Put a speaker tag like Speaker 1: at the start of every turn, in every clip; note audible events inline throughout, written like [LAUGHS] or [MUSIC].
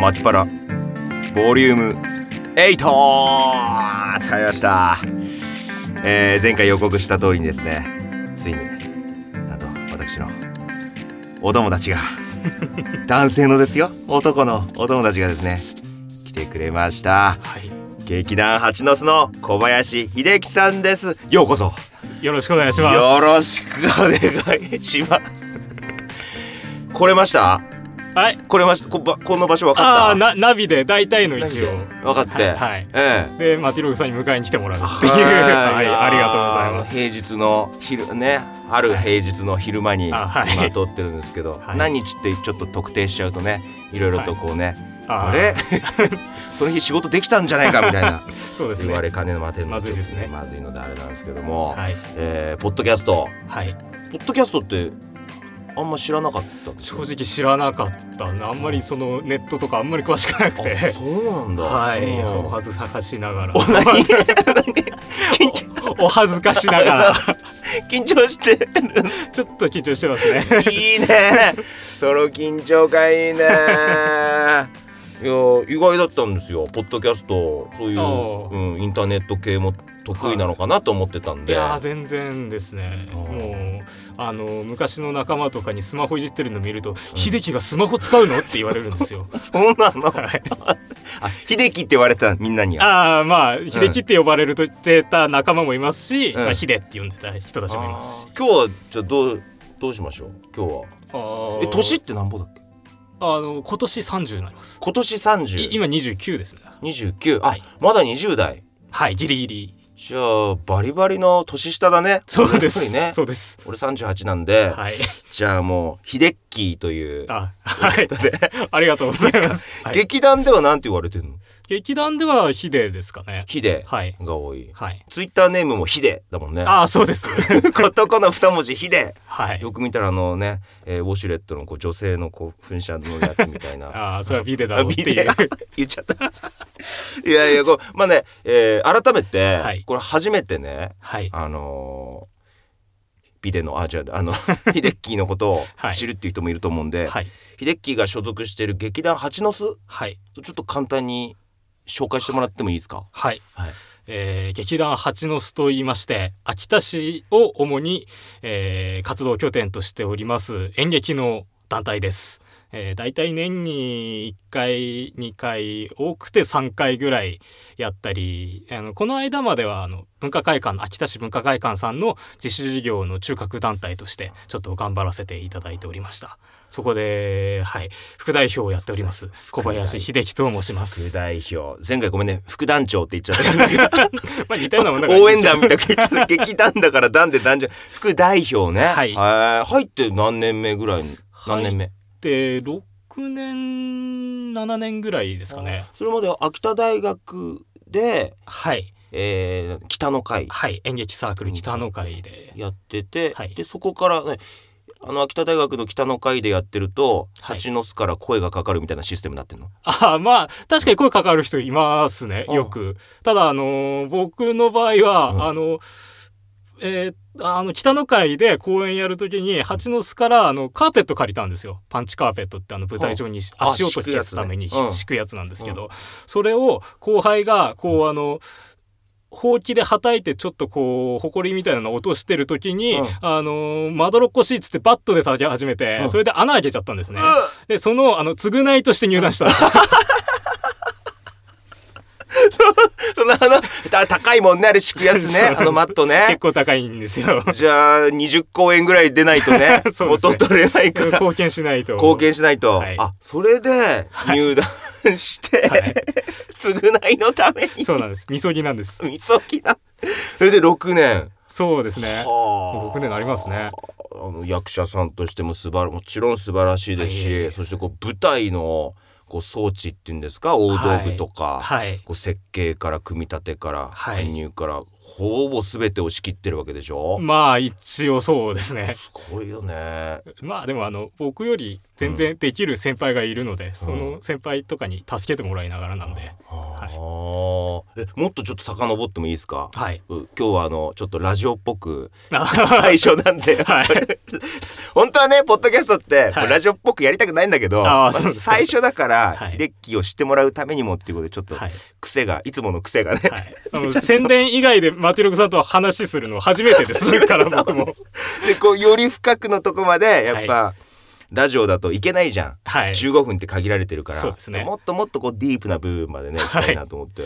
Speaker 1: マティパラボリューム8となりました、えー前回予告した通りにですねついにあと私のお友達 [LAUGHS] が男性のですよ男のお友達がですね来てくれました
Speaker 2: はい、
Speaker 1: 劇団八の巣の小林秀樹さんですようこそ
Speaker 2: よろしくお願いします。
Speaker 1: よろしくお願いします [LAUGHS] 来れました
Speaker 2: はい、
Speaker 1: 来れましたこばこの場所分
Speaker 2: あ
Speaker 1: か
Speaker 2: あ、
Speaker 1: った
Speaker 2: な、ナビで大体の位
Speaker 1: 何
Speaker 2: 置
Speaker 1: で
Speaker 2: を。
Speaker 1: 分かって、
Speaker 2: はいはい
Speaker 1: ええ
Speaker 2: で、マティログさんに迎えに来てもらうっていう。はい、
Speaker 1: やー
Speaker 2: ありがとうございます。
Speaker 1: 平日の昼ねある平日の昼間に
Speaker 2: あはい
Speaker 1: 今撮ってるんですけど、
Speaker 2: はい
Speaker 1: 何日ってちょっと特定しちゃうとねいろいろとこうね、
Speaker 2: あー
Speaker 1: あれ [LAUGHS] その日仕事できたんじゃ
Speaker 2: [LAUGHS]
Speaker 1: ないかみたいな
Speaker 2: そうです
Speaker 1: 言
Speaker 2: ね。
Speaker 1: われ
Speaker 2: は
Speaker 1: かねのまてるの
Speaker 2: まずいですね
Speaker 1: まずいのであれなんですけども、
Speaker 2: い、
Speaker 1: えーポッドキャスト
Speaker 2: はい、
Speaker 1: ポッドキャストってあんま知らなかったんです
Speaker 2: 正直知らなかったな、あんまりそのネットとかあんまり詳しくなく [LAUGHS] て。
Speaker 1: あそうなんだ
Speaker 2: はい、
Speaker 1: うん
Speaker 2: おはず探しながら。
Speaker 1: お何
Speaker 2: [LAUGHS] おお恥ずかしなが
Speaker 1: [LAUGHS]
Speaker 2: ら、
Speaker 1: [LAUGHS] 緊張してる
Speaker 2: ちょっと緊張してますね。
Speaker 1: いいねその緊張感いい
Speaker 2: [LAUGHS]
Speaker 1: ねいや意外だったんですよポッドキャストそういう、
Speaker 2: お
Speaker 1: うん、インターネット系も得意なのかなと思ってたん
Speaker 2: い
Speaker 1: で、
Speaker 2: やー全然ですね
Speaker 1: あ
Speaker 2: も
Speaker 1: ー
Speaker 2: うあの昔の仲間とかにスマホいじってるの見ると「秀樹がスマホ使うの?」って言われるんですよ。
Speaker 1: [LAUGHS] そうなの
Speaker 2: はい、
Speaker 1: あ秀樹って言われてたみんなには
Speaker 2: ああまあ秀樹って呼ばれると言ってた仲間もいますし、
Speaker 1: うん
Speaker 2: まあ、秀って呼んでた人たちもいますし
Speaker 1: あー今日はじゃあどうどうしましょう今日は
Speaker 2: あー
Speaker 1: え年ってなんぼだっけ
Speaker 2: あの今年30になります
Speaker 1: 今年三十
Speaker 2: い今29ですね
Speaker 1: 29あ、
Speaker 2: はい
Speaker 1: まだ20代
Speaker 2: はいギリギリ
Speaker 1: じゃあバリバリの年下だね
Speaker 2: そうで
Speaker 1: やっ
Speaker 2: す、
Speaker 1: ぱりね
Speaker 2: そうです
Speaker 1: 俺38なんで、 [LAUGHS]
Speaker 2: はい
Speaker 1: じゃあもうヒデッキーという、
Speaker 2: あはいありがとうござい
Speaker 1: [LAUGHS]
Speaker 2: ます、はい、
Speaker 1: 劇団ではなんて言われてるの
Speaker 2: 劇団では秀ですかね
Speaker 1: ヒデ
Speaker 2: はい
Speaker 1: が多い、
Speaker 2: はい
Speaker 1: ツイッターネームもヒデだもんね [LAUGHS]
Speaker 2: ああそうです
Speaker 1: カタカナ二文字ヒデ
Speaker 2: はい
Speaker 1: よく見たらあのね、えーウォシュレットのこう女性のこう噴射のやつみたいな
Speaker 2: [LAUGHS] ああそれはビデだろうって
Speaker 1: ビ
Speaker 2: い
Speaker 1: デ
Speaker 2: う
Speaker 1: だ言っちゃった [LAUGHS] いやいやこうまあね、えー改めて、
Speaker 2: はい
Speaker 1: これ初めてね [LAUGHS]
Speaker 2: はい
Speaker 1: あのービデのあじゃああの [LAUGHS] ヒデッキーのことを
Speaker 2: はい
Speaker 1: 知るっていう人もいると思うんで、
Speaker 2: はい
Speaker 1: ヒデッキーが所属している劇団蜂の巣ちょ
Speaker 2: はい
Speaker 1: っと簡単に紹介してもらってもいいですか
Speaker 2: はい、
Speaker 1: はい
Speaker 2: えー劇団蜂の巣といいまして秋田市を主に、えー活動拠点としております演劇の団体です。えー、大体年に1回2回多くて3回ぐらいやったりあのこの間まではあの文化会館の秋田市文化会館さんの自主事業の中核団体としてちょっと頑張らせていただいておりましたそこで、はい、副代表をやっております小林秀樹と申しま
Speaker 1: 副
Speaker 2: す、
Speaker 1: 代表前回ごめんね副団長って言っちゃったなんか
Speaker 2: まあ、似たよう
Speaker 1: [LAUGHS]
Speaker 2: なもんだから
Speaker 1: 応援団みたいな言っちゃった劇 [LAUGHS] 団だから団で団長副代表ね、
Speaker 2: はい
Speaker 1: へー入って何年目ぐらいに何年目、
Speaker 2: って6年7年ぐらいですかね
Speaker 1: それまでは秋田大学で、
Speaker 2: はい
Speaker 1: えー北の会
Speaker 2: はい演劇サークル北の会で
Speaker 1: やってて、
Speaker 2: はい
Speaker 1: でそこから、ね、あの秋田大学の北の会でやってると、
Speaker 2: はい
Speaker 1: 蜂の巣から声がかかるみたいなシステムになってんの
Speaker 2: ああまあ確かに声かかる人いますねよくただあのー僕の場合は、
Speaker 1: うん
Speaker 2: あのえーあの北の会で公演やるときに蜂の巣からあのカーペット借りたんですよパンチカーペットってあの舞台上に
Speaker 1: あ
Speaker 2: 足音引かすために
Speaker 1: 敷くやつねうん
Speaker 2: 敷くやつなんですけど、それを後輩がこうあのほうきではたいてちょっとこうほこりみたいなのを落としてる時に、
Speaker 1: うん
Speaker 2: あのーまどろっこしいっつってバットで叩き始めて、
Speaker 1: うん
Speaker 2: それで穴開けちゃったんですね。でそのあの償いとして入団したんです
Speaker 1: [LAUGHS] そのあのた高いもんねあれ敷く [LAUGHS] やつ
Speaker 2: [LAUGHS] そう
Speaker 1: ね
Speaker 2: そう
Speaker 1: あのマットね
Speaker 2: 結構高いんで
Speaker 1: [LAUGHS]
Speaker 2: すよ。
Speaker 1: じゃあ20公演ぐらい出ないとね
Speaker 2: [LAUGHS] そうですね
Speaker 1: 元取れないから
Speaker 2: 貢献しないと。
Speaker 1: 貢献しないと、
Speaker 2: はい
Speaker 1: あそれで入団して、
Speaker 2: はい
Speaker 1: 償いのために
Speaker 2: そうなんです。みそぎなんです。
Speaker 1: みそきなそれで6年
Speaker 2: そうです
Speaker 1: は
Speaker 2: ね。僕ねなりますね。
Speaker 1: あの役者さんとしても素晴らもちろん素晴らしいです
Speaker 2: はいいえい
Speaker 1: し、
Speaker 2: え
Speaker 1: そしてこう舞台のこう装置っていうんですか大道具とか、
Speaker 2: はい。
Speaker 1: こう設計から組み立てから
Speaker 2: はい
Speaker 1: 搬入からほぼ全てを仕切ってるわけでしょ、
Speaker 2: まあ一応そうですね
Speaker 1: すごいよね
Speaker 2: まあでもあの僕より全然できる先輩がいるので、その先輩とかに助けてもらいながらなんで、
Speaker 1: あーえもっとちょっと遡ってもいいですか、
Speaker 2: [LAUGHS] はい。
Speaker 1: う今日はあのちょっとラジオっぽく
Speaker 2: あ
Speaker 1: 最初なんで、
Speaker 2: はい
Speaker 1: [LAUGHS] 本当はねポッドキャストって、
Speaker 2: はい
Speaker 1: ラジオっぽくやりたくないんだけど、
Speaker 2: あーそうですか
Speaker 1: 最初だから、
Speaker 2: はい
Speaker 1: デッキを知ってもらうためにもっていうことでちょっと
Speaker 2: はい
Speaker 1: 癖が、い、つもの癖がね、
Speaker 2: はい、あの宣伝以外でマティロクさんと話するの初めて
Speaker 1: [LAUGHS]
Speaker 2: ですから僕も
Speaker 1: で [LAUGHS] こうより深くのとこまでやっぱ、ラジオだといけないじゃん、
Speaker 2: はい
Speaker 1: 15分って限られてるから
Speaker 2: そうですね
Speaker 1: もっともっとこうディープな部分までね行きたいなと思って、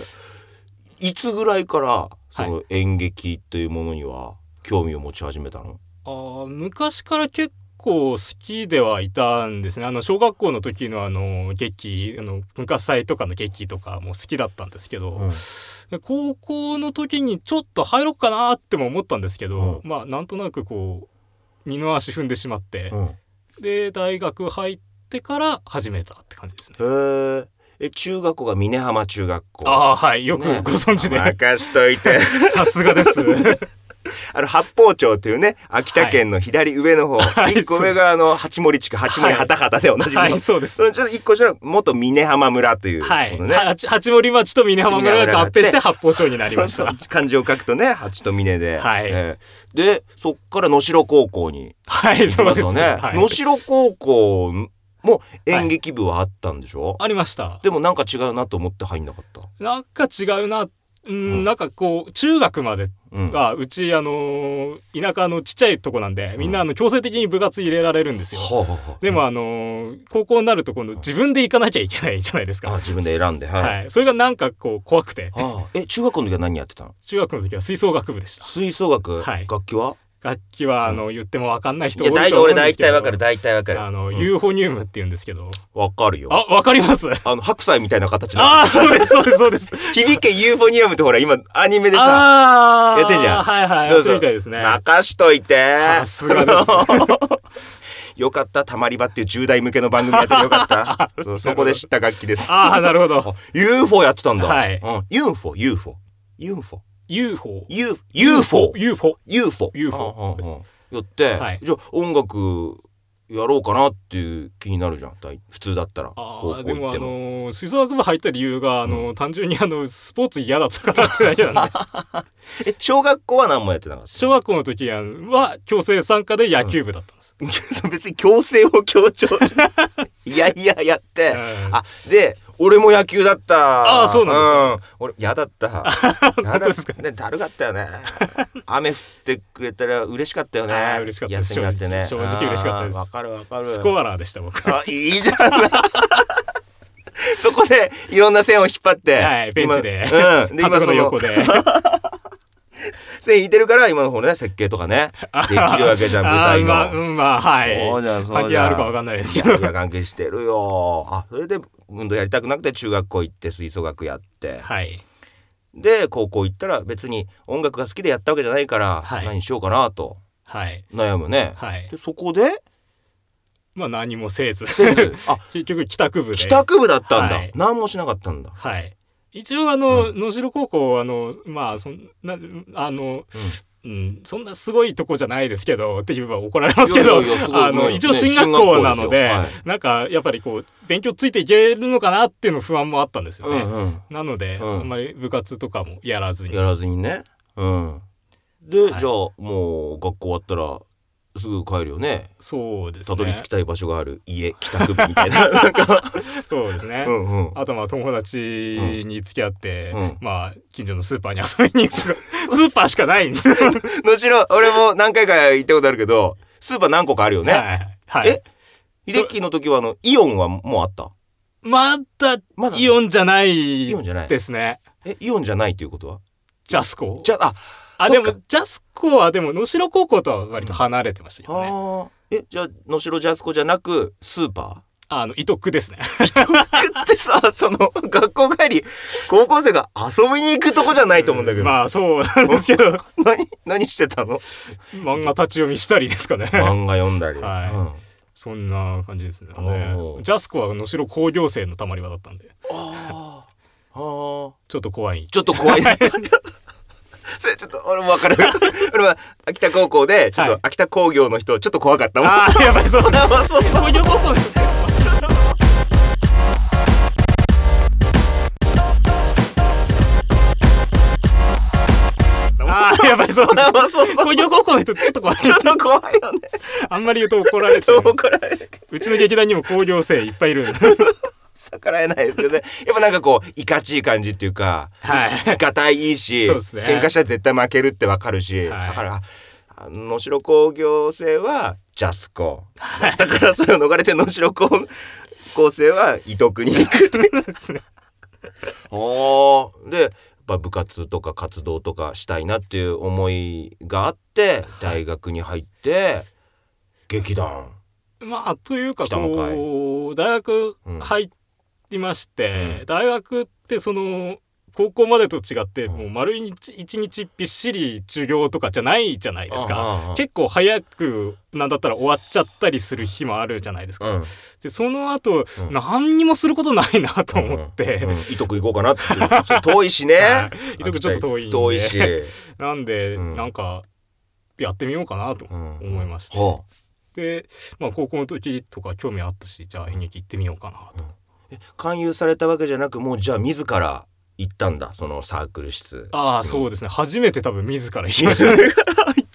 Speaker 1: い、つぐらいからその演劇というものには興味を持ち始めたの、
Speaker 2: あー昔から結構好きではいたんですねあの小学校の時のあの劇あの文化祭とかの劇とかも好きだったんですけど、で高校の時にちょっと入ろうかなっても思ったんですけど、
Speaker 1: う
Speaker 2: まあなんとなくこう二の足踏んでしまって、
Speaker 1: うん
Speaker 2: で大学入ってから始めたって感じですね。
Speaker 1: へええ中学校が峰浜中学校
Speaker 2: ああはいよく
Speaker 1: ね
Speaker 2: ご存知で、
Speaker 1: 任しとい
Speaker 2: [LAUGHS]
Speaker 1: て
Speaker 2: さすが [LAUGHS] です。
Speaker 1: あの八方町というね秋田県の左上の方、
Speaker 2: [LAUGHS] はい
Speaker 1: 一個上があの八森地区八森畑畑でおなじみの、
Speaker 2: はいそうです
Speaker 1: そ。のちょっと一個下の元峰浜村という
Speaker 2: はい、
Speaker 1: ことね、
Speaker 2: は八八森町と峰浜村が合併して
Speaker 1: 峰
Speaker 2: 八方町になりまし
Speaker 1: そ
Speaker 2: た
Speaker 1: う。そう漢字を書くとね八と峰で、
Speaker 2: はい
Speaker 1: ええでそっから能代高校に
Speaker 2: はい
Speaker 1: 行き
Speaker 2: そう
Speaker 1: ま
Speaker 2: ですす。
Speaker 1: よね
Speaker 2: はい
Speaker 1: 能代高校も演劇部はあったんでしょ、
Speaker 2: ありました。
Speaker 1: でもなんか違うなと思って入んなかった、
Speaker 2: なんか違うな。うん、
Speaker 1: ん
Speaker 2: なんかこう中学まで
Speaker 1: うん
Speaker 2: はうちあのー田舎のちっちゃいとこなんでみんなあの強制的に部活入れられるんですよ。
Speaker 1: はあはあはあ
Speaker 2: でもあのー高校になると今度自分で行かなきゃいけないじゃないです
Speaker 1: あ
Speaker 2: か。
Speaker 1: 自分で選んではい、
Speaker 2: はい、それがなんかこう怖くて
Speaker 1: ああえ中学校の時は何やってたの
Speaker 2: 中学の時は吹奏楽部でした。
Speaker 1: 吹奏楽、
Speaker 2: はい
Speaker 1: 楽器は
Speaker 2: 楽器はあの言ってもわかんない人多いと思うんですけ
Speaker 1: 体
Speaker 2: ど。
Speaker 1: わ大体わか
Speaker 2: あの、
Speaker 1: うん
Speaker 2: ユーフォニウムって言うんですけど。
Speaker 1: わかるよ
Speaker 2: あ、わかります。
Speaker 1: あの白菜みたいな形の
Speaker 2: ああ、そうです、そうです、そうです。
Speaker 1: [LAUGHS] 響けユーフォニウムってほら今アニメでさ
Speaker 2: ああ、
Speaker 1: やってんじゃん
Speaker 2: はいはい、
Speaker 1: そ
Speaker 2: そうう
Speaker 1: そう
Speaker 2: みたいですね。
Speaker 1: 任しといて
Speaker 2: さすがです
Speaker 1: [LAUGHS] よかったたまり場っていう10代向けの番組やっててよかった
Speaker 2: [LAUGHS]
Speaker 1: そうそこで知った楽器です
Speaker 2: ああ、なるほど。
Speaker 1: UFO やってたんだ、
Speaker 2: はい
Speaker 1: うん、UFO UFO UFO
Speaker 2: UFO。
Speaker 1: UFO UFO
Speaker 2: UFO。
Speaker 1: UFO,
Speaker 2: UFO
Speaker 1: うんうんうんやって、
Speaker 2: はい
Speaker 1: じゃあ音楽やろうかなっていう気になるじゃん大普通だったら高
Speaker 2: あ
Speaker 1: 校
Speaker 2: あ、で
Speaker 1: 行
Speaker 2: も
Speaker 1: っ
Speaker 2: あ
Speaker 1: て
Speaker 2: の
Speaker 1: も
Speaker 2: ー、吹奏楽部入った理由が、あのー、単純にあの、スポーツ嫌だったからってだけなん
Speaker 1: [LAUGHS]
Speaker 2: で。
Speaker 1: え小学校は何もやって [LAUGHS] なかっ
Speaker 2: 小学校の時は、強制参加で野球部だったんです。
Speaker 1: た別に強制を強調しいやいややって、
Speaker 2: うん
Speaker 1: あで俺も野球だった
Speaker 2: あーそうなん
Speaker 1: です、うん、俺嫌だった
Speaker 2: [LAUGHS] 本当ですか
Speaker 1: ねだるかったよ
Speaker 2: [LAUGHS]
Speaker 1: ね雨降ってくれたら嬉しかったよね
Speaker 2: あー嬉しかったです
Speaker 1: 休みあってね
Speaker 2: 正直正直嬉しかったです
Speaker 1: あーわかるわかる
Speaker 2: スコアラーでした、僕。
Speaker 1: あいいじゃない [LAUGHS] そこでいろんな線を引っ張って、
Speaker 2: はい、ベンチで。
Speaker 1: 今
Speaker 2: [LAUGHS]
Speaker 1: うん、で
Speaker 2: 監
Speaker 1: 今そ
Speaker 2: 督の
Speaker 1: の [LAUGHS]
Speaker 2: 横で。
Speaker 1: 線引いてるから今の方のね設計とかねできるわけじゃん舞
Speaker 2: あ
Speaker 1: 台
Speaker 2: ー
Speaker 1: の、
Speaker 2: [LAUGHS] まあ、うん、まあ、はい。
Speaker 1: そうじゃんそう
Speaker 2: 関
Speaker 1: じ
Speaker 2: 係
Speaker 1: ゃん
Speaker 2: あるかわかんないです
Speaker 1: い
Speaker 2: け
Speaker 1: やい。
Speaker 2: ど
Speaker 1: や関係してるよあそれで運動やりたくなくて中学校行って吹奏楽やって、
Speaker 2: はい。
Speaker 1: で高校行ったら別に音楽が好きでやったわけじゃないから、
Speaker 2: はい
Speaker 1: 何しようかなと
Speaker 2: はい。
Speaker 1: 悩むね、
Speaker 2: はい。
Speaker 1: でそこ
Speaker 2: [LAUGHS]
Speaker 1: で
Speaker 2: まあ、何もせず。
Speaker 1: せずあ
Speaker 2: [LAUGHS] 結局、帰宅部で。
Speaker 1: 帰宅部だったんだ、
Speaker 2: はい
Speaker 1: 何もしなかったんだ、
Speaker 2: はい。一応あの、能代高校あのまあそんなあの、うん、そんなすごいとこじゃないですけどって言えば怒られますけ
Speaker 1: いやい
Speaker 2: ど
Speaker 1: やいやすごい
Speaker 2: あの
Speaker 1: ね
Speaker 2: 一応進学校な
Speaker 1: 進学
Speaker 2: ので、
Speaker 1: 校ですよ
Speaker 2: なんかやっぱりこう勉強ついていけるのかなっていうの不安もあったんですよ
Speaker 1: う
Speaker 2: ね。
Speaker 1: んうん
Speaker 2: なので、
Speaker 1: うん
Speaker 2: あんまり部活とかもやらずに
Speaker 1: やらずにねうんで、
Speaker 2: はい
Speaker 1: じゃあもう学校終わったらすぐ帰るよね
Speaker 2: そうです
Speaker 1: た
Speaker 2: ね
Speaker 1: どり着きたい場所がある家帰宅部みたい
Speaker 2: [LAUGHS]
Speaker 1: ななんか
Speaker 2: そうですね、
Speaker 1: うんうん
Speaker 2: あとまあ友達に付き合って、
Speaker 1: うん
Speaker 2: まあ近所のスーパーに遊び
Speaker 1: [LAUGHS]
Speaker 2: に行くスーパーしかないんですよ
Speaker 1: のしろ俺も何回か行ったことあるけどスーパー何個かあるよね、
Speaker 2: はい、はい、
Speaker 1: え秀樹の時はあのイオンはもうあった
Speaker 2: まだ
Speaker 1: まだ
Speaker 2: イオンじゃない
Speaker 1: イオンじゃない
Speaker 2: ですね。
Speaker 1: えイオンじゃないということは
Speaker 2: ジャスコ。
Speaker 1: じゃあ
Speaker 2: あ、
Speaker 1: そ
Speaker 2: で
Speaker 1: っか
Speaker 2: も、ジャスコはでも、能代高校とは割と離れてましたけどね。
Speaker 1: あーえじゃあ能代ジャスコじゃなくスーパ
Speaker 2: あの、伊徳ですね。
Speaker 1: ー [LAUGHS] ってさその学校帰り高校生が遊びに行くとこじゃないと思うんだけど、
Speaker 2: まあ、そうなんですけど、
Speaker 1: 何何してた
Speaker 2: [LAUGHS]
Speaker 1: の
Speaker 2: 漫画立ち読みしたりですかね。
Speaker 1: 漫画読んだり、
Speaker 2: はい
Speaker 1: うん
Speaker 2: そんな感じですね。
Speaker 1: おー
Speaker 2: ジャスコは能代工業生のたまり場だったんで、
Speaker 1: あーあー [LAUGHS]
Speaker 2: ちょっと怖い。
Speaker 1: ちょっと怖いそれちょっと俺もわかる [LAUGHS] 俺は秋田高校でちょっ
Speaker 2: は
Speaker 1: と
Speaker 2: い
Speaker 1: 秋田工業の人ちょっと怖かったもん、
Speaker 2: ああやばいそうだ
Speaker 1: あそう
Speaker 2: そういうことですああやばいそうだ
Speaker 1: 生そう
Speaker 2: 工業高校の人ちょっと怖い
Speaker 1: ちょっと怖いよね
Speaker 2: あんまり言うと怒られちゃ
Speaker 1: そうう怒られる
Speaker 2: うちの劇団にも工業生いっぱいいるんで
Speaker 1: 逆らえないですけどねやっぱなんかこういかちい感じっていうか
Speaker 2: は
Speaker 1: [LAUGHS]
Speaker 2: い
Speaker 1: いかたいいいし、
Speaker 2: そうですね
Speaker 1: 喧嘩したら絶対負けるってわかるし、
Speaker 2: はい
Speaker 1: だからあ能代工業生はジャスコ、 [LAUGHS] だからそれを逃れて能代工高生は伊藤に行くああでやっぱ部活とか活動とかしたいなっていう思いがあって大学に入って劇団
Speaker 2: [LAUGHS] まあというか
Speaker 1: 北の会
Speaker 2: こう大学
Speaker 1: うん
Speaker 2: 入りまして、
Speaker 1: うん
Speaker 2: 大学ってその高校までと違って
Speaker 1: うん
Speaker 2: もう丸一一日びっしり授業とかじゃないじゃないですか。
Speaker 1: か
Speaker 2: 結構早くなんだったら終わっちゃったりする日もあるじゃないですか。 [LAUGHS]
Speaker 1: うん
Speaker 2: でその後、
Speaker 1: うん
Speaker 2: 何にもすることないなと思って、
Speaker 1: うんうん伊藤君行こうかなってちょっと遠いしね
Speaker 2: [LAUGHS] はい伊藤君ちょっと遠いんで
Speaker 1: 遠いし、
Speaker 2: なんで、
Speaker 1: うん
Speaker 2: なんかやってみようかなと
Speaker 1: うん
Speaker 2: 思いまして、
Speaker 1: はあ
Speaker 2: で、まあ、高校の時とか興味あったしじゃあ演劇行ってみようかなと。
Speaker 1: え勧誘されたわけじゃなくもうじゃあ自ら行ったんだそのサークル室
Speaker 2: ああそうですね、初めて多分自ら行きましたね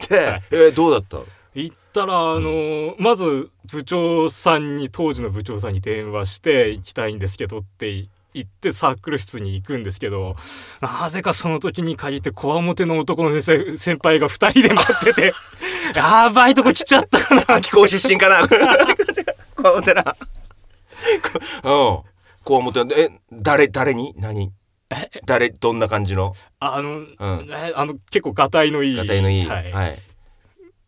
Speaker 1: で、
Speaker 2: はい
Speaker 1: えーどうだった
Speaker 2: 行ったらあのーまず部長さんに当時の部長さんに電話して行きたいんですけどって言ってサークル室に行くんですけどなぜかその時に限ってこわもての男の先生先輩が2人で待
Speaker 1: [LAUGHS]
Speaker 2: っててやばいとこ来ちゃったな
Speaker 1: 秋高出身か
Speaker 2: [LAUGHS]
Speaker 1: なこわもてなこ [LAUGHS] うんこわもてなえ誰誰に何誰どんな感じの
Speaker 2: あの、
Speaker 1: ん
Speaker 2: えあの結構がたいのいい
Speaker 1: がたいのいい、
Speaker 2: は
Speaker 1: はいい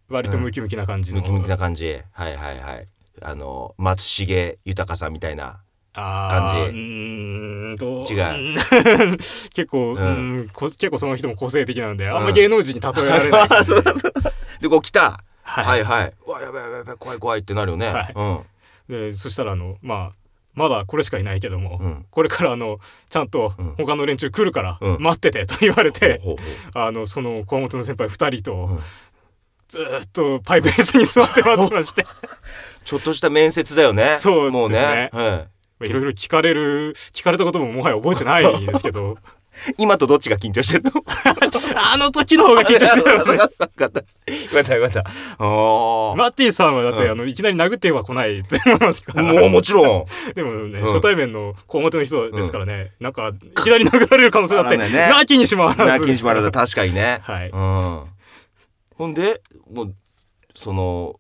Speaker 2: 割とムキムキな感じの、
Speaker 1: ムキムキな感じはいはいはいあの松重豊さんみたいな
Speaker 2: あー
Speaker 1: 感じ
Speaker 2: うーんと
Speaker 1: 違う
Speaker 2: うん [LAUGHS] 結構、う
Speaker 1: うん
Speaker 2: んこ結構その人も個性的なんであんま
Speaker 1: うん
Speaker 2: 芸能人に例えられない、
Speaker 1: あ [LAUGHS] そうそうでこう来た
Speaker 2: はい
Speaker 1: はいはい。うわやべやべやべ怖い怖いってなるよね。
Speaker 2: はい
Speaker 1: うん
Speaker 2: でそしたらあのまあまだこれしかいないけども、
Speaker 1: うん
Speaker 2: これからあのちゃんと
Speaker 1: うん
Speaker 2: 他の連中来るから
Speaker 1: うん
Speaker 2: 待っててと言われて、
Speaker 1: ほうほ
Speaker 2: あのその小本の先輩2人
Speaker 1: うほうう
Speaker 2: と
Speaker 1: ん
Speaker 2: ずーっとパイプ椅子に座ってもらって
Speaker 1: [LAUGHS]
Speaker 2: まして
Speaker 1: ちょっとした面接だよね。
Speaker 2: そうですね
Speaker 1: もうね。はい
Speaker 2: まあいろいろ聞かれる聞かれたことももはや覚えてないんです
Speaker 1: [LAUGHS]
Speaker 2: けど
Speaker 1: 今とどっちが緊張してるの？。
Speaker 2: [LAUGHS] あの時の方が緊張してたんです
Speaker 1: [LAUGHS]
Speaker 2: ね
Speaker 1: わかった。よかったよかった。ああ。
Speaker 2: マッティさんはだって、
Speaker 1: うん
Speaker 2: あのいきなり殴っては来ないって思いますから
Speaker 1: もうもち
Speaker 2: [LAUGHS]
Speaker 1: ろん。
Speaker 2: でもね、
Speaker 1: うん
Speaker 2: 初対面の小表の人ですからね、なんかいきなり殴られる可能性だって
Speaker 1: わからないね
Speaker 2: なきにしもあら
Speaker 1: な
Speaker 2: ず
Speaker 1: きにしもあらず確かにね。
Speaker 2: はい
Speaker 1: うん。ほんでもうその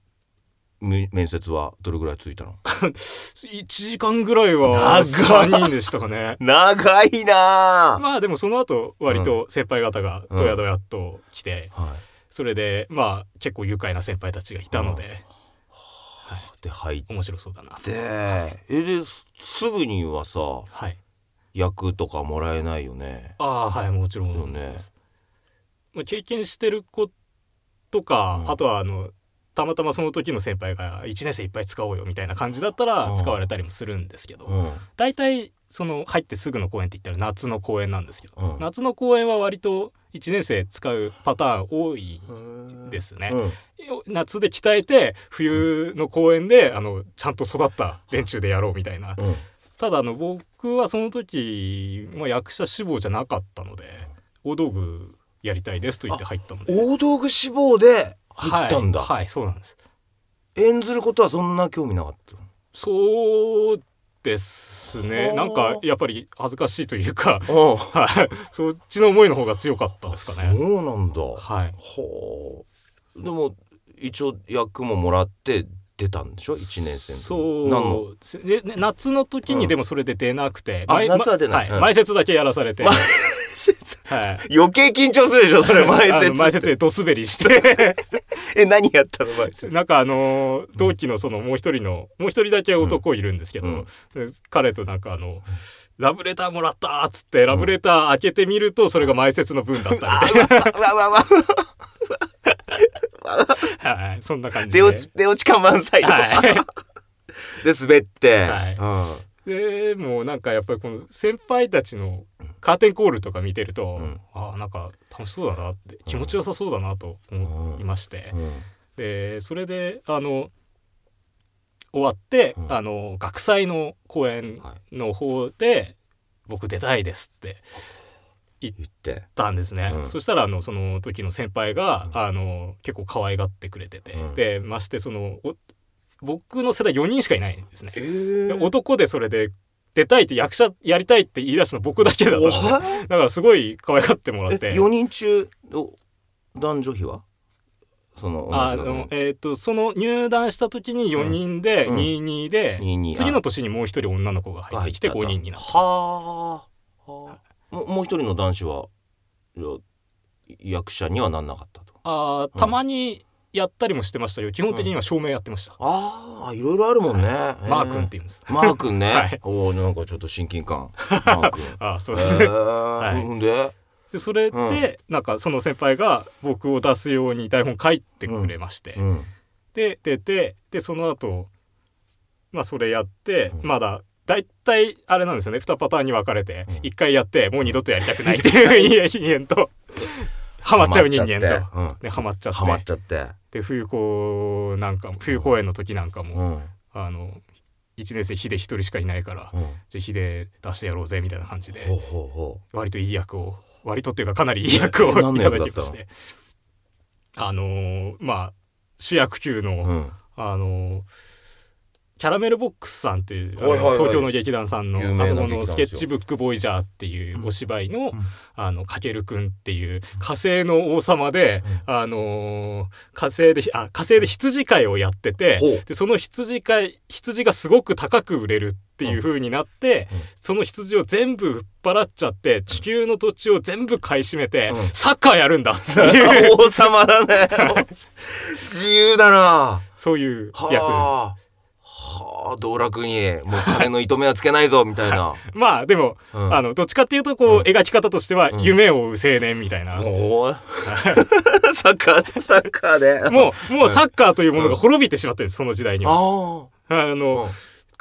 Speaker 1: み面接はどれぐらいついたの？
Speaker 2: 1時間ぐらいは
Speaker 1: 長っ
Speaker 2: 3人でした
Speaker 1: [LAUGHS]
Speaker 2: かね
Speaker 1: 長いな
Speaker 2: まあでもその後割と先輩方が
Speaker 1: うん
Speaker 2: どやどやっと来て、
Speaker 1: あ。はい。
Speaker 2: それでまあ結構愉快な先輩たちがいたので、はい、
Speaker 1: で入っ
Speaker 2: 面白そうだな
Speaker 1: てえですすぐにはさ
Speaker 2: はい
Speaker 1: 役とかもらえないよね。
Speaker 2: ああはいもちろん
Speaker 1: よね
Speaker 2: ですまあ、経験してる子とか、
Speaker 1: うん
Speaker 2: あとはあのたまたまその時の先輩が1年生いっぱい使おうよみたいな感じだったら
Speaker 1: うん
Speaker 2: 使われたりもするんですけど、
Speaker 1: うん。
Speaker 2: 大体その入ってすぐの公演って言ったら夏の公演なんですけど、
Speaker 1: うん
Speaker 2: 夏の公演は割と1年生使うパターン多いですすね、夏で鍛えて冬の公演であのちゃんと育った連中でやろうみたいなただあの僕はその時、まあ、役者志望じゃなかったので大道具やりたいですと言って入ったので
Speaker 1: 大道具志望で行ったんだ、
Speaker 2: はい、はい、そうなんです
Speaker 1: 演ずることはそんな興味なかった
Speaker 2: そうですね
Speaker 1: ほう
Speaker 2: なんかやっぱり恥ずかしいというか
Speaker 1: ああ
Speaker 2: はいそっちの思いの方が強かったですかね
Speaker 1: そうなんだ
Speaker 2: はい
Speaker 1: ほうでも一応役ももらって出たんでしょ1年生の時何の
Speaker 2: そうですねね夏の時
Speaker 1: う
Speaker 2: に
Speaker 1: ん
Speaker 2: でもそれで出なくて、
Speaker 1: あ
Speaker 2: 前
Speaker 1: 夏は出ない
Speaker 2: は
Speaker 1: うん
Speaker 2: 前説だけやらされて、
Speaker 1: 前
Speaker 2: はい、
Speaker 1: 余計緊張するでしょそれ前
Speaker 2: あ
Speaker 1: 説
Speaker 2: の前説でドスベリして
Speaker 1: [LAUGHS] え何やったの前説
Speaker 2: なんかあのー同期のそのもう一人のもう一人だけ男いるんですけど、
Speaker 1: うん
Speaker 2: で彼となんかあの「ラブレターもらった!」っつってラブレター開けてみるとそれが前説の分だったみたい
Speaker 1: あうわうわうわ [LAUGHS]
Speaker 2: な、はい、そんな感じで
Speaker 1: 出落ち出落ち感満載だ
Speaker 2: は
Speaker 1: で滑って、
Speaker 2: はい
Speaker 1: うん
Speaker 2: い、でもうなんかやっぱりこの先輩たちのカーテンコールとか見てると、
Speaker 1: うん
Speaker 2: ああなんか楽しそうだなって気持ちよさそうだなと思いまして、
Speaker 1: うん
Speaker 2: でそれであの終わって、
Speaker 1: うん
Speaker 2: あの学祭の公演
Speaker 1: は
Speaker 2: の方で「僕出たいです」って
Speaker 1: 言って
Speaker 2: たんですね、
Speaker 1: うん
Speaker 2: そしたらあのその時の先輩が、
Speaker 1: うん
Speaker 2: あの結構可愛がってくれてて、
Speaker 1: うん
Speaker 2: でましてそのお僕の世代4人しかいないんですね、
Speaker 1: え
Speaker 2: で
Speaker 1: ー
Speaker 2: 男でそれで出たいって役者やりたいって言い出したの僕だけだったんですね
Speaker 1: おは
Speaker 2: だからすごい可愛がってもらって
Speaker 1: え4人中お男女比はその
Speaker 2: あ
Speaker 1: 同じ
Speaker 2: のえー、とその入団した時に4人で
Speaker 1: うん
Speaker 2: 22で、
Speaker 1: 22
Speaker 2: 次の年にもう一人女の子が入ってきて5人になった
Speaker 1: はあはあももう一人の男子はいや役者にはなんなかったと
Speaker 2: あーたまにやったりもしてましたよ基本的には照明やってました、
Speaker 1: ああいろいろあるもんね、
Speaker 2: マー君ってて言うんです
Speaker 1: マー君ね、
Speaker 2: [LAUGHS] はい
Speaker 1: おおなんかちょっと親近
Speaker 2: [LAUGHS]
Speaker 1: 感マー君
Speaker 2: あーそうですね、
Speaker 1: えー
Speaker 2: い
Speaker 1: ほんで
Speaker 2: でそれで、
Speaker 1: う
Speaker 2: なんかその先輩が僕を出すように台本書いてくれまして、
Speaker 1: うん
Speaker 2: で出てでその後まあそれやって、
Speaker 1: うん
Speaker 2: まだ大体あれなんですよね2パターンに分かれて、
Speaker 1: うん
Speaker 2: 1回やってもう二度とやりたくないっていう人
Speaker 1: [LAUGHS]
Speaker 2: 間とハマっちゃう人間と。
Speaker 1: ハマっちゃって
Speaker 2: でハマっち
Speaker 1: うん
Speaker 2: ゃって
Speaker 1: ハマっちゃって
Speaker 2: で冬公なんかも冬公演の時なんか
Speaker 1: う
Speaker 2: も、
Speaker 1: ん
Speaker 2: あの1年生ヒデ1人しかいないから、
Speaker 1: うん
Speaker 2: じゃあヒデ出してやろうぜみたいな感じで
Speaker 1: ほうほうほ
Speaker 2: 割といい役を割とっていうかかなりいい役
Speaker 1: え何
Speaker 2: をい
Speaker 1: の
Speaker 2: た
Speaker 1: 役だ
Speaker 2: だ
Speaker 1: ったの
Speaker 2: きましてあのーまあ主役級の、
Speaker 1: ううん
Speaker 2: あのーキャラメルボックスさんっていうあの
Speaker 1: はいはいはい
Speaker 2: 東京の劇団さんの
Speaker 1: 有名な
Speaker 2: あそこ
Speaker 1: 劇団
Speaker 2: の
Speaker 1: です
Speaker 2: ス
Speaker 1: よ
Speaker 2: ケッチブックボイジャーっていうお芝居の,、
Speaker 1: うん
Speaker 2: あのかけるくんっていう火星の王様で、あのー火星であ火星で羊飼いをやってて、
Speaker 1: ほう [LAUGHS]
Speaker 2: でその羊飼い羊がすごく高く売れるっていう風になって、
Speaker 1: うん
Speaker 2: その羊を全部売っ払っちゃって地球の土地を全部買い占めて、
Speaker 1: うん
Speaker 2: サッカーやるんだって
Speaker 1: [LAUGHS]
Speaker 2: いう
Speaker 1: 王様だね [LAUGHS] 自由だな
Speaker 2: そういう役
Speaker 1: はあはあ道楽にもう金の糸目はつけないぞみたいな、
Speaker 2: ま [LAUGHS] あでも、
Speaker 1: うん
Speaker 2: あのどっちかっていうとこう、
Speaker 1: うん
Speaker 2: 描き方としては
Speaker 1: うん
Speaker 2: 夢を追う青年みたいな、
Speaker 1: おーサッカーサッカーで
Speaker 2: もうもうサッカーというものが滅びてしまってるその時代には。
Speaker 1: あ
Speaker 2: あ
Speaker 1: あ
Speaker 2: の、
Speaker 1: うん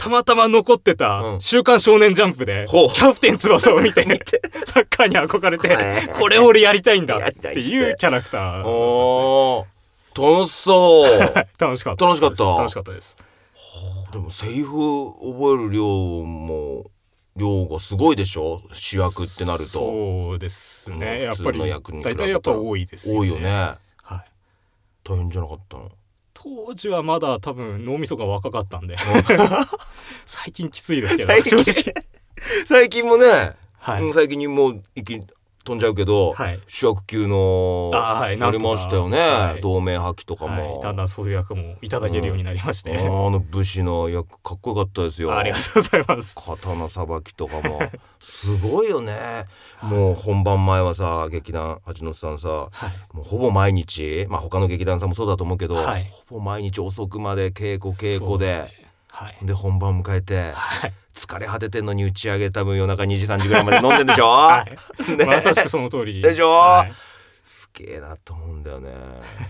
Speaker 2: たまたま残ってた
Speaker 1: う
Speaker 2: 「
Speaker 1: ん
Speaker 2: 週刊少年ジャンプ」で、
Speaker 1: ほう
Speaker 2: キャプテン翼を
Speaker 1: [LAUGHS]
Speaker 2: 見てサッカーに憧れて
Speaker 1: はい
Speaker 2: [LAUGHS] これ俺やりたいんだ
Speaker 1: や
Speaker 2: っ
Speaker 1: りたいって
Speaker 2: ていうキャラクター
Speaker 1: おー楽しそう
Speaker 2: 楽しかったです
Speaker 1: 楽しかった
Speaker 2: 楽しかったです
Speaker 1: でもセリフ覚える量も量がすごいでしょ主役ってなると
Speaker 2: そうです
Speaker 1: まあ
Speaker 2: ねやっ
Speaker 1: 普
Speaker 2: ぱ
Speaker 1: 通
Speaker 2: り
Speaker 1: の役に比べた
Speaker 2: 大
Speaker 1: ら
Speaker 2: 体やっぱ多いですよ
Speaker 1: 多
Speaker 2: ね
Speaker 1: いよね
Speaker 2: はい
Speaker 1: 大変じゃなかったの
Speaker 2: 当時はまだ多分脳みそが若かったんで [LAUGHS] 最近きついですけど
Speaker 1: 最
Speaker 2: 正
Speaker 1: 近
Speaker 2: 直
Speaker 1: 最近もね、
Speaker 2: はい
Speaker 1: うん最近にもう一気に飛んじゃうけど、
Speaker 2: はい
Speaker 1: 主役級の
Speaker 2: あーはいな
Speaker 1: なんり
Speaker 2: とか
Speaker 1: ましたよね、
Speaker 2: はい
Speaker 1: 同盟破棄とかも、
Speaker 2: はいだんだんそういう役もいただけるようになりまして
Speaker 1: あーあの武士の役かっこよかったですよ
Speaker 2: [LAUGHS] ありがとうございます
Speaker 1: 刀さばきとかもすごいよねもう本番前はさ劇団八之助さんさ
Speaker 2: はい
Speaker 1: もうほぼ毎日まあ他の劇団さんもそうだと思うけど、
Speaker 2: はい
Speaker 1: ほぼ毎日遅くまで稽古稽
Speaker 2: そ
Speaker 1: 古
Speaker 2: う
Speaker 1: で
Speaker 2: すねはい
Speaker 1: で本番迎えて
Speaker 2: はい
Speaker 1: 疲れ果ててんのに打ち上げ多分夜中2時3時ぐらいまで飲んでんでしょ、
Speaker 2: はい
Speaker 1: ね
Speaker 2: まさしくその通り
Speaker 1: でしょ
Speaker 2: はい
Speaker 1: すげえなと思うんだよね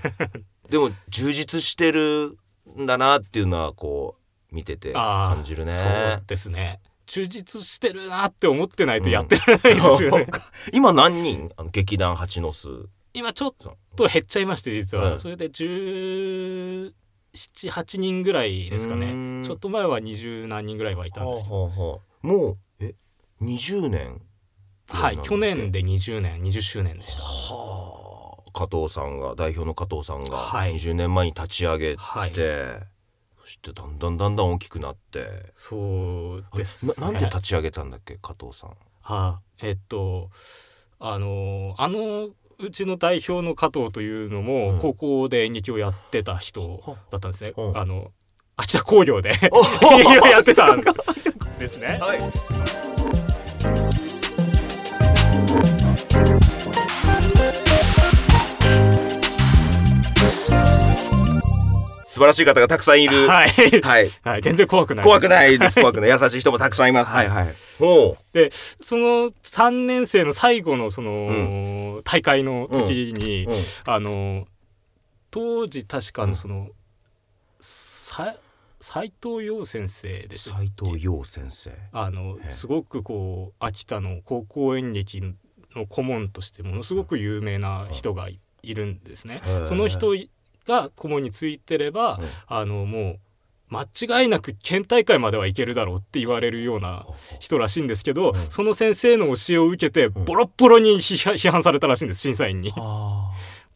Speaker 1: [LAUGHS] でも充実してるんだなっていうのはこう見てて
Speaker 2: あー
Speaker 1: 感じるね
Speaker 2: そうですね充実してるなって思ってない
Speaker 1: う
Speaker 2: と
Speaker 1: ん
Speaker 2: やってられないですよね、
Speaker 1: [LAUGHS] 今何人あの劇団八の巣
Speaker 2: 今ちょっと減っちゃいまして実は、
Speaker 1: うん
Speaker 2: それで1 7 8人ぐらいですか
Speaker 1: う
Speaker 2: ね
Speaker 1: ん
Speaker 2: ちょっと前は20何人ぐらいはいたんですけど、
Speaker 1: はあはあもうえ20年
Speaker 2: はい
Speaker 1: なんだっけ
Speaker 2: 去年で20年20周年でした
Speaker 1: はあ加藤さんが代表の加藤さんが
Speaker 2: はい
Speaker 1: 20年前に立ち上げて、
Speaker 2: はい
Speaker 1: そしてだんだんだんだん大きくなって
Speaker 2: そうですね
Speaker 1: ななんで立ち上げたんだっけ加藤さ
Speaker 2: [LAUGHS]
Speaker 1: ん。
Speaker 2: あえっとあのあのうちの代表の加藤というの
Speaker 1: う
Speaker 2: も
Speaker 1: ん
Speaker 2: 高校で演劇をやってた人だったんですね、
Speaker 1: うん
Speaker 2: あの秋田工業で
Speaker 1: [LAUGHS] お
Speaker 2: [LAUGHS] 演劇をやってたんですね
Speaker 1: はい素晴らしい方がたく [LAUGHS] さんいる。はい。
Speaker 2: はい、はい、全然怖くない
Speaker 1: 怖くないです。怖くない。優しい人もたくさんいます。はいはい。おう。
Speaker 2: でその3年生の最後のその、大会の時に、
Speaker 1: うん
Speaker 2: あの当時確かのその、さ斉藤陽先生でした
Speaker 1: 斉藤陽先生
Speaker 2: あの
Speaker 1: ええ
Speaker 2: すごくこう秋田の高校演劇の顧問としてものすごく有名な人がいいるんですね
Speaker 1: へえ。
Speaker 2: その人が顧問についてれば
Speaker 1: うん
Speaker 2: あのもう間違いなく県大会まではいけるだろうって言われるような人らしいんですけど、
Speaker 1: うん
Speaker 2: その先生の教えを受けて
Speaker 1: うん
Speaker 2: ボロッボロに批判批判されたらしいんです審査員に。
Speaker 1: あ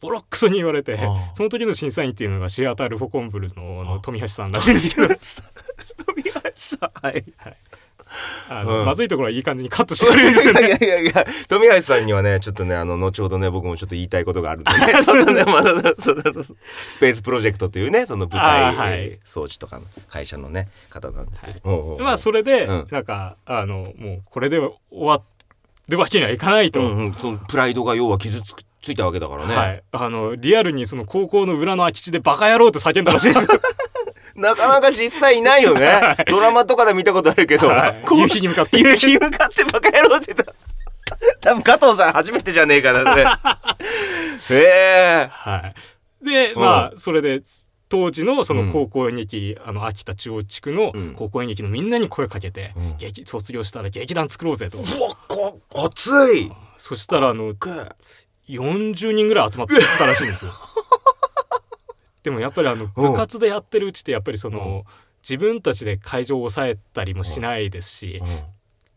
Speaker 2: ボロックソに言われ
Speaker 1: あ
Speaker 2: て
Speaker 1: あ
Speaker 2: その時の審査員っていうのがシアタール・フォコンブルのあ
Speaker 1: あ
Speaker 2: の富橋さんらしいんです
Speaker 1: [LAUGHS]
Speaker 2: けど
Speaker 1: ー富橋さんはい
Speaker 2: あの、
Speaker 1: うん
Speaker 2: まずいところはいい感じにカットしてくれるんですよ
Speaker 1: い
Speaker 2: ね。
Speaker 1: やいやいや富橋さんにはねちょっとねあの後ほどね僕もちょっと言いたいことがあるんでねちょっとねまだそうそうそうスペースプロジェクトというねその舞台
Speaker 2: あーはい
Speaker 1: えー装置とかの会社のね方なんですけど、おうおうおう
Speaker 2: まあそれで、
Speaker 1: うん
Speaker 2: なんかあのもうこれで終わるわけにはいかないと。
Speaker 1: うんうん、そのプライドが要は傷つくついたわけだからね、
Speaker 2: はい、あのリアルにその高校の裏の空き地でバカ野郎って叫んだらしい
Speaker 1: [LAUGHS]
Speaker 2: ですよ、
Speaker 1: なかなか実際いないよねドラマとかで見たことあるけど、
Speaker 2: はい
Speaker 1: こう
Speaker 2: 夕日に向かって
Speaker 1: 夕日に向かってバカ野郎って言った多分加藤さん初めてじゃねえかなそれへえ
Speaker 2: はい、で
Speaker 1: うん
Speaker 2: まあそれで当時のそうの
Speaker 1: ん
Speaker 2: 高校演劇、あの秋田中央地区の
Speaker 1: うん
Speaker 2: 高校演劇のみんなに声かけて、
Speaker 1: うん
Speaker 2: 劇卒業したら劇団作ろうぜと、
Speaker 1: うわこ熱い
Speaker 2: そしたらあの
Speaker 1: か
Speaker 2: 40人ぐらい集まったらしいんですよ。
Speaker 1: [LAUGHS]
Speaker 2: でもやっぱりあの
Speaker 1: うん
Speaker 2: 部活でやってるうちってやっぱりその自分たちで会場を抑えたりもしないですし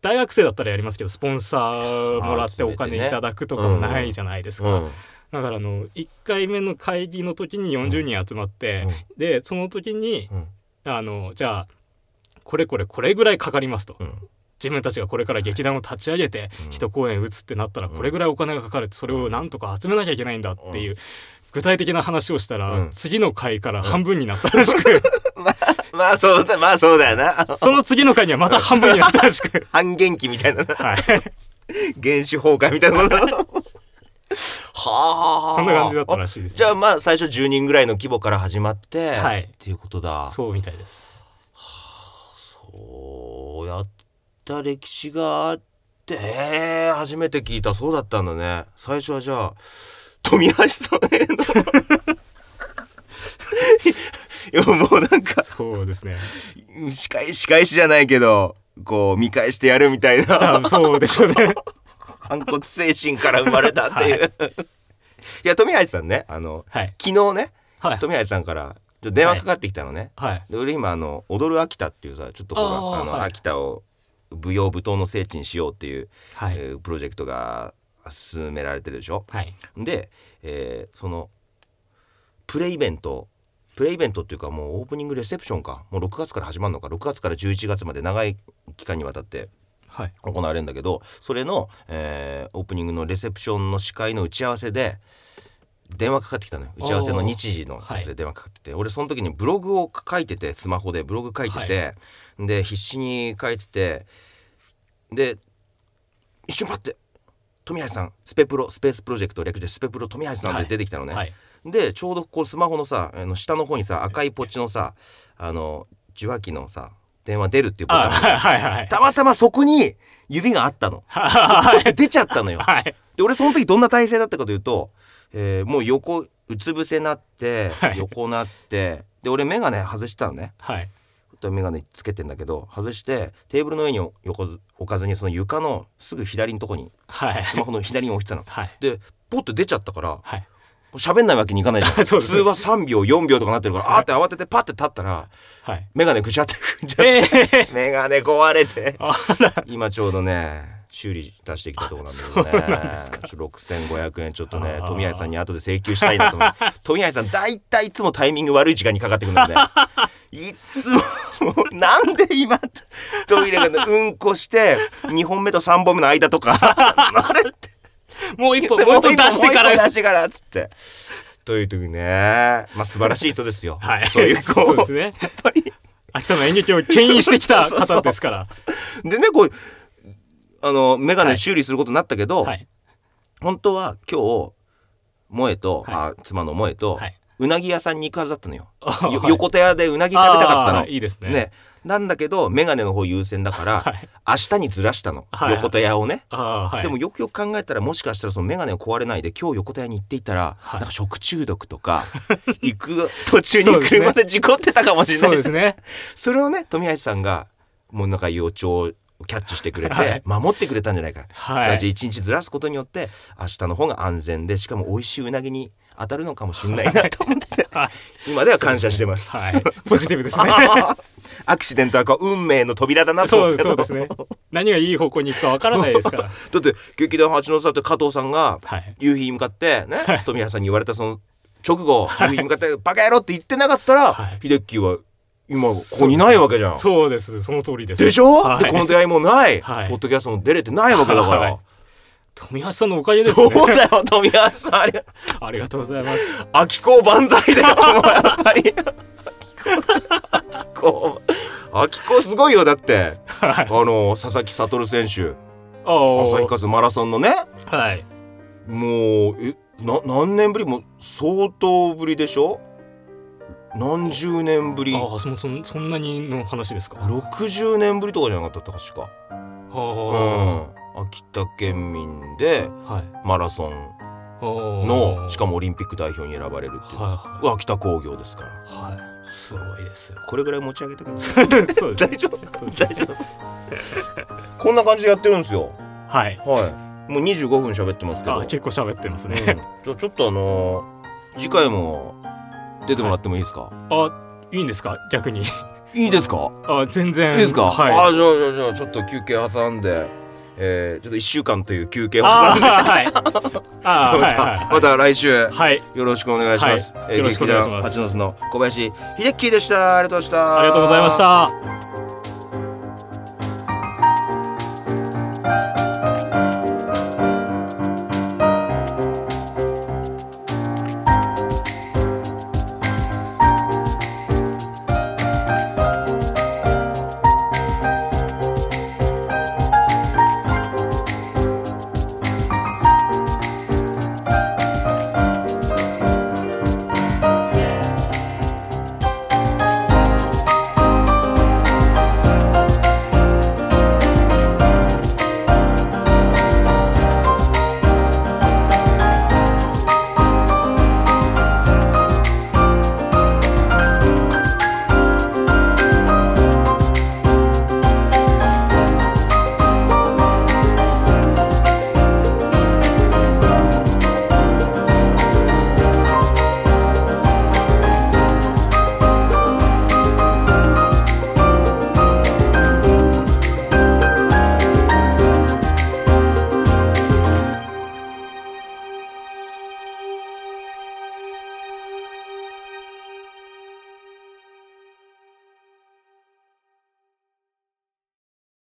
Speaker 2: 大学生だったらやりますけどスポンサーもらってお金いただくとかもないじゃないです
Speaker 1: う
Speaker 2: か
Speaker 1: ん
Speaker 2: だからあの1回目の会議の時に40人集まって
Speaker 1: うん
Speaker 2: でその時に
Speaker 1: うん
Speaker 2: あのじゃあこれこれこれぐらいかかりますと
Speaker 1: うん
Speaker 2: 自分たちがこれから劇団を立ち上げて
Speaker 1: うん
Speaker 2: 一公演打つってなったら
Speaker 1: うん
Speaker 2: これぐらいお金がかかるってそれをなんとか集めなきゃいけないんだっていう具体的な話をした
Speaker 1: う
Speaker 2: ら
Speaker 1: ん
Speaker 2: 次の回から半分になったらし
Speaker 1: [LAUGHS]
Speaker 2: く
Speaker 1: まあそうだまあそうだよな
Speaker 2: その次の回にはまた半分になったらし
Speaker 1: [LAUGHS]
Speaker 2: く
Speaker 1: 半減期みたいなな
Speaker 2: は
Speaker 1: 原
Speaker 2: い
Speaker 1: 子崩壊みたいなものはあ
Speaker 2: そんな感じだったらしいですね
Speaker 1: じゃあまあ最初10人ぐらいの規模から始まって、
Speaker 2: はい
Speaker 1: っていうことだ
Speaker 2: そうみたいです
Speaker 1: そうやった歴史があってへえ初めて聞いたそうだったんだね最初はじゃあ富橋さんへのいやもうなんか
Speaker 2: そうですね
Speaker 1: 仕返し仕返しじゃないけどこう見返してやるみたいな
Speaker 2: 多分そうでしょう
Speaker 1: [LAUGHS]
Speaker 2: ね
Speaker 1: 反骨精神から生まれたっていう、い、 [LAUGHS] や富橋さんねあの
Speaker 2: はい
Speaker 1: 昨日ね
Speaker 2: はい
Speaker 1: 富橋さんからちょっと電話かかってきたのね、
Speaker 2: はい
Speaker 1: で俺今あの「踊る秋田」っていうさちょっとほら
Speaker 2: あ
Speaker 1: あ
Speaker 2: ー
Speaker 1: の、
Speaker 2: はい
Speaker 1: 秋田を舞踊舞踏の聖地にしようっていう、
Speaker 2: はい
Speaker 1: えープロジェクトが進められてるでしょ
Speaker 2: はい
Speaker 1: で、えーそのプレイベントプレイベントっていうかもうオープニングレセプションかもう6月から始まるのか6月から11月まで長い期間にわたって
Speaker 2: はい
Speaker 1: 行われるんだけどそれの、えーオープニングのレセプションの司会の打ち合わせで電話かかってきたのよ打ち合わせの日時のやつで電話かかってて、俺その時にブログを書いててスマホでブログ書いてて、で必死に書いててで一瞬待って富橋さんスペプロスペースプロジェクト略してスペプロ富橋さんって出てきたのね、
Speaker 2: はい
Speaker 1: でちょうどこうスマホのさあの下の方にさ赤いポッチのさあの受話器のさ電話出るっていうボタン
Speaker 2: あ
Speaker 1: が
Speaker 2: はいはいはい
Speaker 1: たまたまそこに指があったの。
Speaker 2: はい
Speaker 1: 出ちゃったのよ。
Speaker 2: はい
Speaker 1: で俺その時どんな体勢だったかというと、えーもう横うつ伏せなって、
Speaker 2: はい
Speaker 1: 横なってで俺眼鏡外してたのね
Speaker 2: はい
Speaker 1: 眼鏡つけてんだけど外してテーブルの上に横ず置かずにその床のすぐ左のとこに
Speaker 2: はい
Speaker 1: スマホの左に置いてたの。
Speaker 2: はい
Speaker 1: でポッと出ちゃったから
Speaker 2: はい
Speaker 1: 喋んないわけにいかないじゃん
Speaker 2: [LAUGHS] そう
Speaker 1: 普
Speaker 2: です
Speaker 1: 通は3秒4秒とかなってるからあーって慌ててパッて立ったら [LAUGHS]
Speaker 2: はい
Speaker 1: 眼鏡ぐちゃってぐちゃって
Speaker 2: え [LAUGHS] え
Speaker 1: メガネ壊れて
Speaker 2: あ
Speaker 1: 今ちょうどね修理出してきたところ
Speaker 2: [LAUGHS]
Speaker 1: なんだけどねちょ6500円ちょっとね
Speaker 2: あー
Speaker 1: 富谷さんに後で請求したいなと思
Speaker 2: [LAUGHS]
Speaker 1: って富谷さん大体いつもタイミング悪い時間にかかってくる
Speaker 2: [LAUGHS]
Speaker 1: のでいつももうなんで今トイレがうんこして2本目と3本目の間とか
Speaker 2: [LAUGHS]
Speaker 1: あれって
Speaker 2: もう一本もう一本出して
Speaker 1: [LAUGHS]
Speaker 2: か
Speaker 1: もう一
Speaker 2: ら
Speaker 1: 本出してからっつって。という時ねまあ素晴らしい人ですよ。
Speaker 2: はい
Speaker 1: そういうこ
Speaker 2: そう
Speaker 1: う
Speaker 2: ですね
Speaker 1: やっぱり
Speaker 2: 秋田の演劇を牽引してきた方ですから。
Speaker 1: でねこうあの眼
Speaker 2: は
Speaker 1: 鏡
Speaker 2: い
Speaker 1: 修理することになったけど、
Speaker 2: はい。
Speaker 1: 本当は今日萌えと、
Speaker 2: はい
Speaker 1: あ妻の萌えと、
Speaker 2: はい。
Speaker 1: うなぎ屋さんに行くはずだったの
Speaker 2: [LAUGHS]
Speaker 1: よ
Speaker 2: あ
Speaker 1: よ
Speaker 2: はい
Speaker 1: 横手屋でうなぎ食べたかった
Speaker 2: あ
Speaker 1: の
Speaker 2: ーいいですね
Speaker 1: ねなんだけど眼鏡の方優先だから、
Speaker 2: はい
Speaker 1: 明日にずらしたの、
Speaker 2: はい
Speaker 1: 横手屋をね、
Speaker 2: あーはい
Speaker 1: でもよくよく考えたらもしかしたらその眼鏡を壊れないで今日横田屋に行っていたら、
Speaker 2: はい
Speaker 1: なんか食中毒と
Speaker 2: [LAUGHS]
Speaker 1: か行く途中
Speaker 2: そう
Speaker 1: に
Speaker 2: ですね
Speaker 1: 車で事故ってたかもしれない
Speaker 2: そうですね
Speaker 1: それをね富橋さんがもうなんか予兆をキャッチしてくれて、
Speaker 2: はい
Speaker 1: 守ってくれたんじゃないか、
Speaker 2: はい
Speaker 1: さあじゃあ1日ずらすことによって明日の方が安全でしかも美味しいうなぎに当たるのかもしれないなと思って、
Speaker 2: はい
Speaker 1: [LAUGHS] 今では感謝してます。
Speaker 2: はいポジティブですね
Speaker 1: [LAUGHS] アクシデントはこう運命の扉だなと
Speaker 2: そ
Speaker 1: 思っ
Speaker 2: う
Speaker 1: て
Speaker 2: そうですね何がいい方向に行くかわからないですから
Speaker 1: だって劇団八の里加藤さんが
Speaker 2: はい
Speaker 1: 夕日に向かってね、富谷さんに言われたその直後、夕日に向かって「バカ野郎!」って言ってなかったら、
Speaker 2: はい
Speaker 1: 秀樹は今ここにないわけじゃん。
Speaker 2: そうですその通りです
Speaker 1: でしょ、
Speaker 2: はい
Speaker 1: でこの出会いもない、
Speaker 2: はい
Speaker 1: ポッドキャストも出れてないわけだから。
Speaker 2: はい富橋さんのおかげです
Speaker 1: そう
Speaker 2: ね
Speaker 1: だよ富谷さんあれ
Speaker 2: [LAUGHS] ありがとうございます
Speaker 1: 秋子万歳だよもうやっぱり秋子秋子すごいよだって
Speaker 2: は
Speaker 1: あ
Speaker 2: い
Speaker 1: の佐々木悟選手
Speaker 2: あー
Speaker 1: 旭化成マラソンのね
Speaker 2: はい
Speaker 1: もうえな何年ぶりもう相当ぶりでしょ何十年ぶり
Speaker 2: ああそそんそんなにの話ですか
Speaker 1: 60年ぶりとかじゃなかった確か、
Speaker 2: は
Speaker 1: うん、秋田県民で
Speaker 2: あ、はい
Speaker 1: マラソンのしかもオリンピック代表に選ばれるっていう、
Speaker 2: は
Speaker 1: 秋田工業ですから
Speaker 2: いはい、はい、すごいですよ
Speaker 1: これぐらい持ち上げてください
Speaker 2: そうです
Speaker 1: 大丈夫
Speaker 2: そうです
Speaker 1: 大丈夫ですこんな感じでやってるんですよ
Speaker 2: はい
Speaker 1: はいもう25分喋ってますけど
Speaker 2: あ結構喋ってます
Speaker 1: うん
Speaker 2: ね、
Speaker 1: じゃあちょっとあのー次回も出てもらってもいいですか、
Speaker 2: あいいんですか逆に
Speaker 1: い、いですか
Speaker 2: あ全然
Speaker 1: いいですか、
Speaker 2: はい
Speaker 1: あじゃあじゃあじゃあちょっと休憩挟んで、えー、ちょっと1週間という休憩を挟ん
Speaker 2: あ
Speaker 1: で
Speaker 2: ーはい [LAUGHS] あ
Speaker 1: [LAUGHS]
Speaker 2: ー
Speaker 1: ま
Speaker 2: はい
Speaker 1: た,、
Speaker 2: はい
Speaker 1: また来週
Speaker 2: はい
Speaker 1: よろしくお願いします、
Speaker 2: はいよろしくお願いし
Speaker 1: 劇団
Speaker 2: ます
Speaker 1: 八の巣の小林秀樹でしたありがとうございました
Speaker 2: ありがとうございました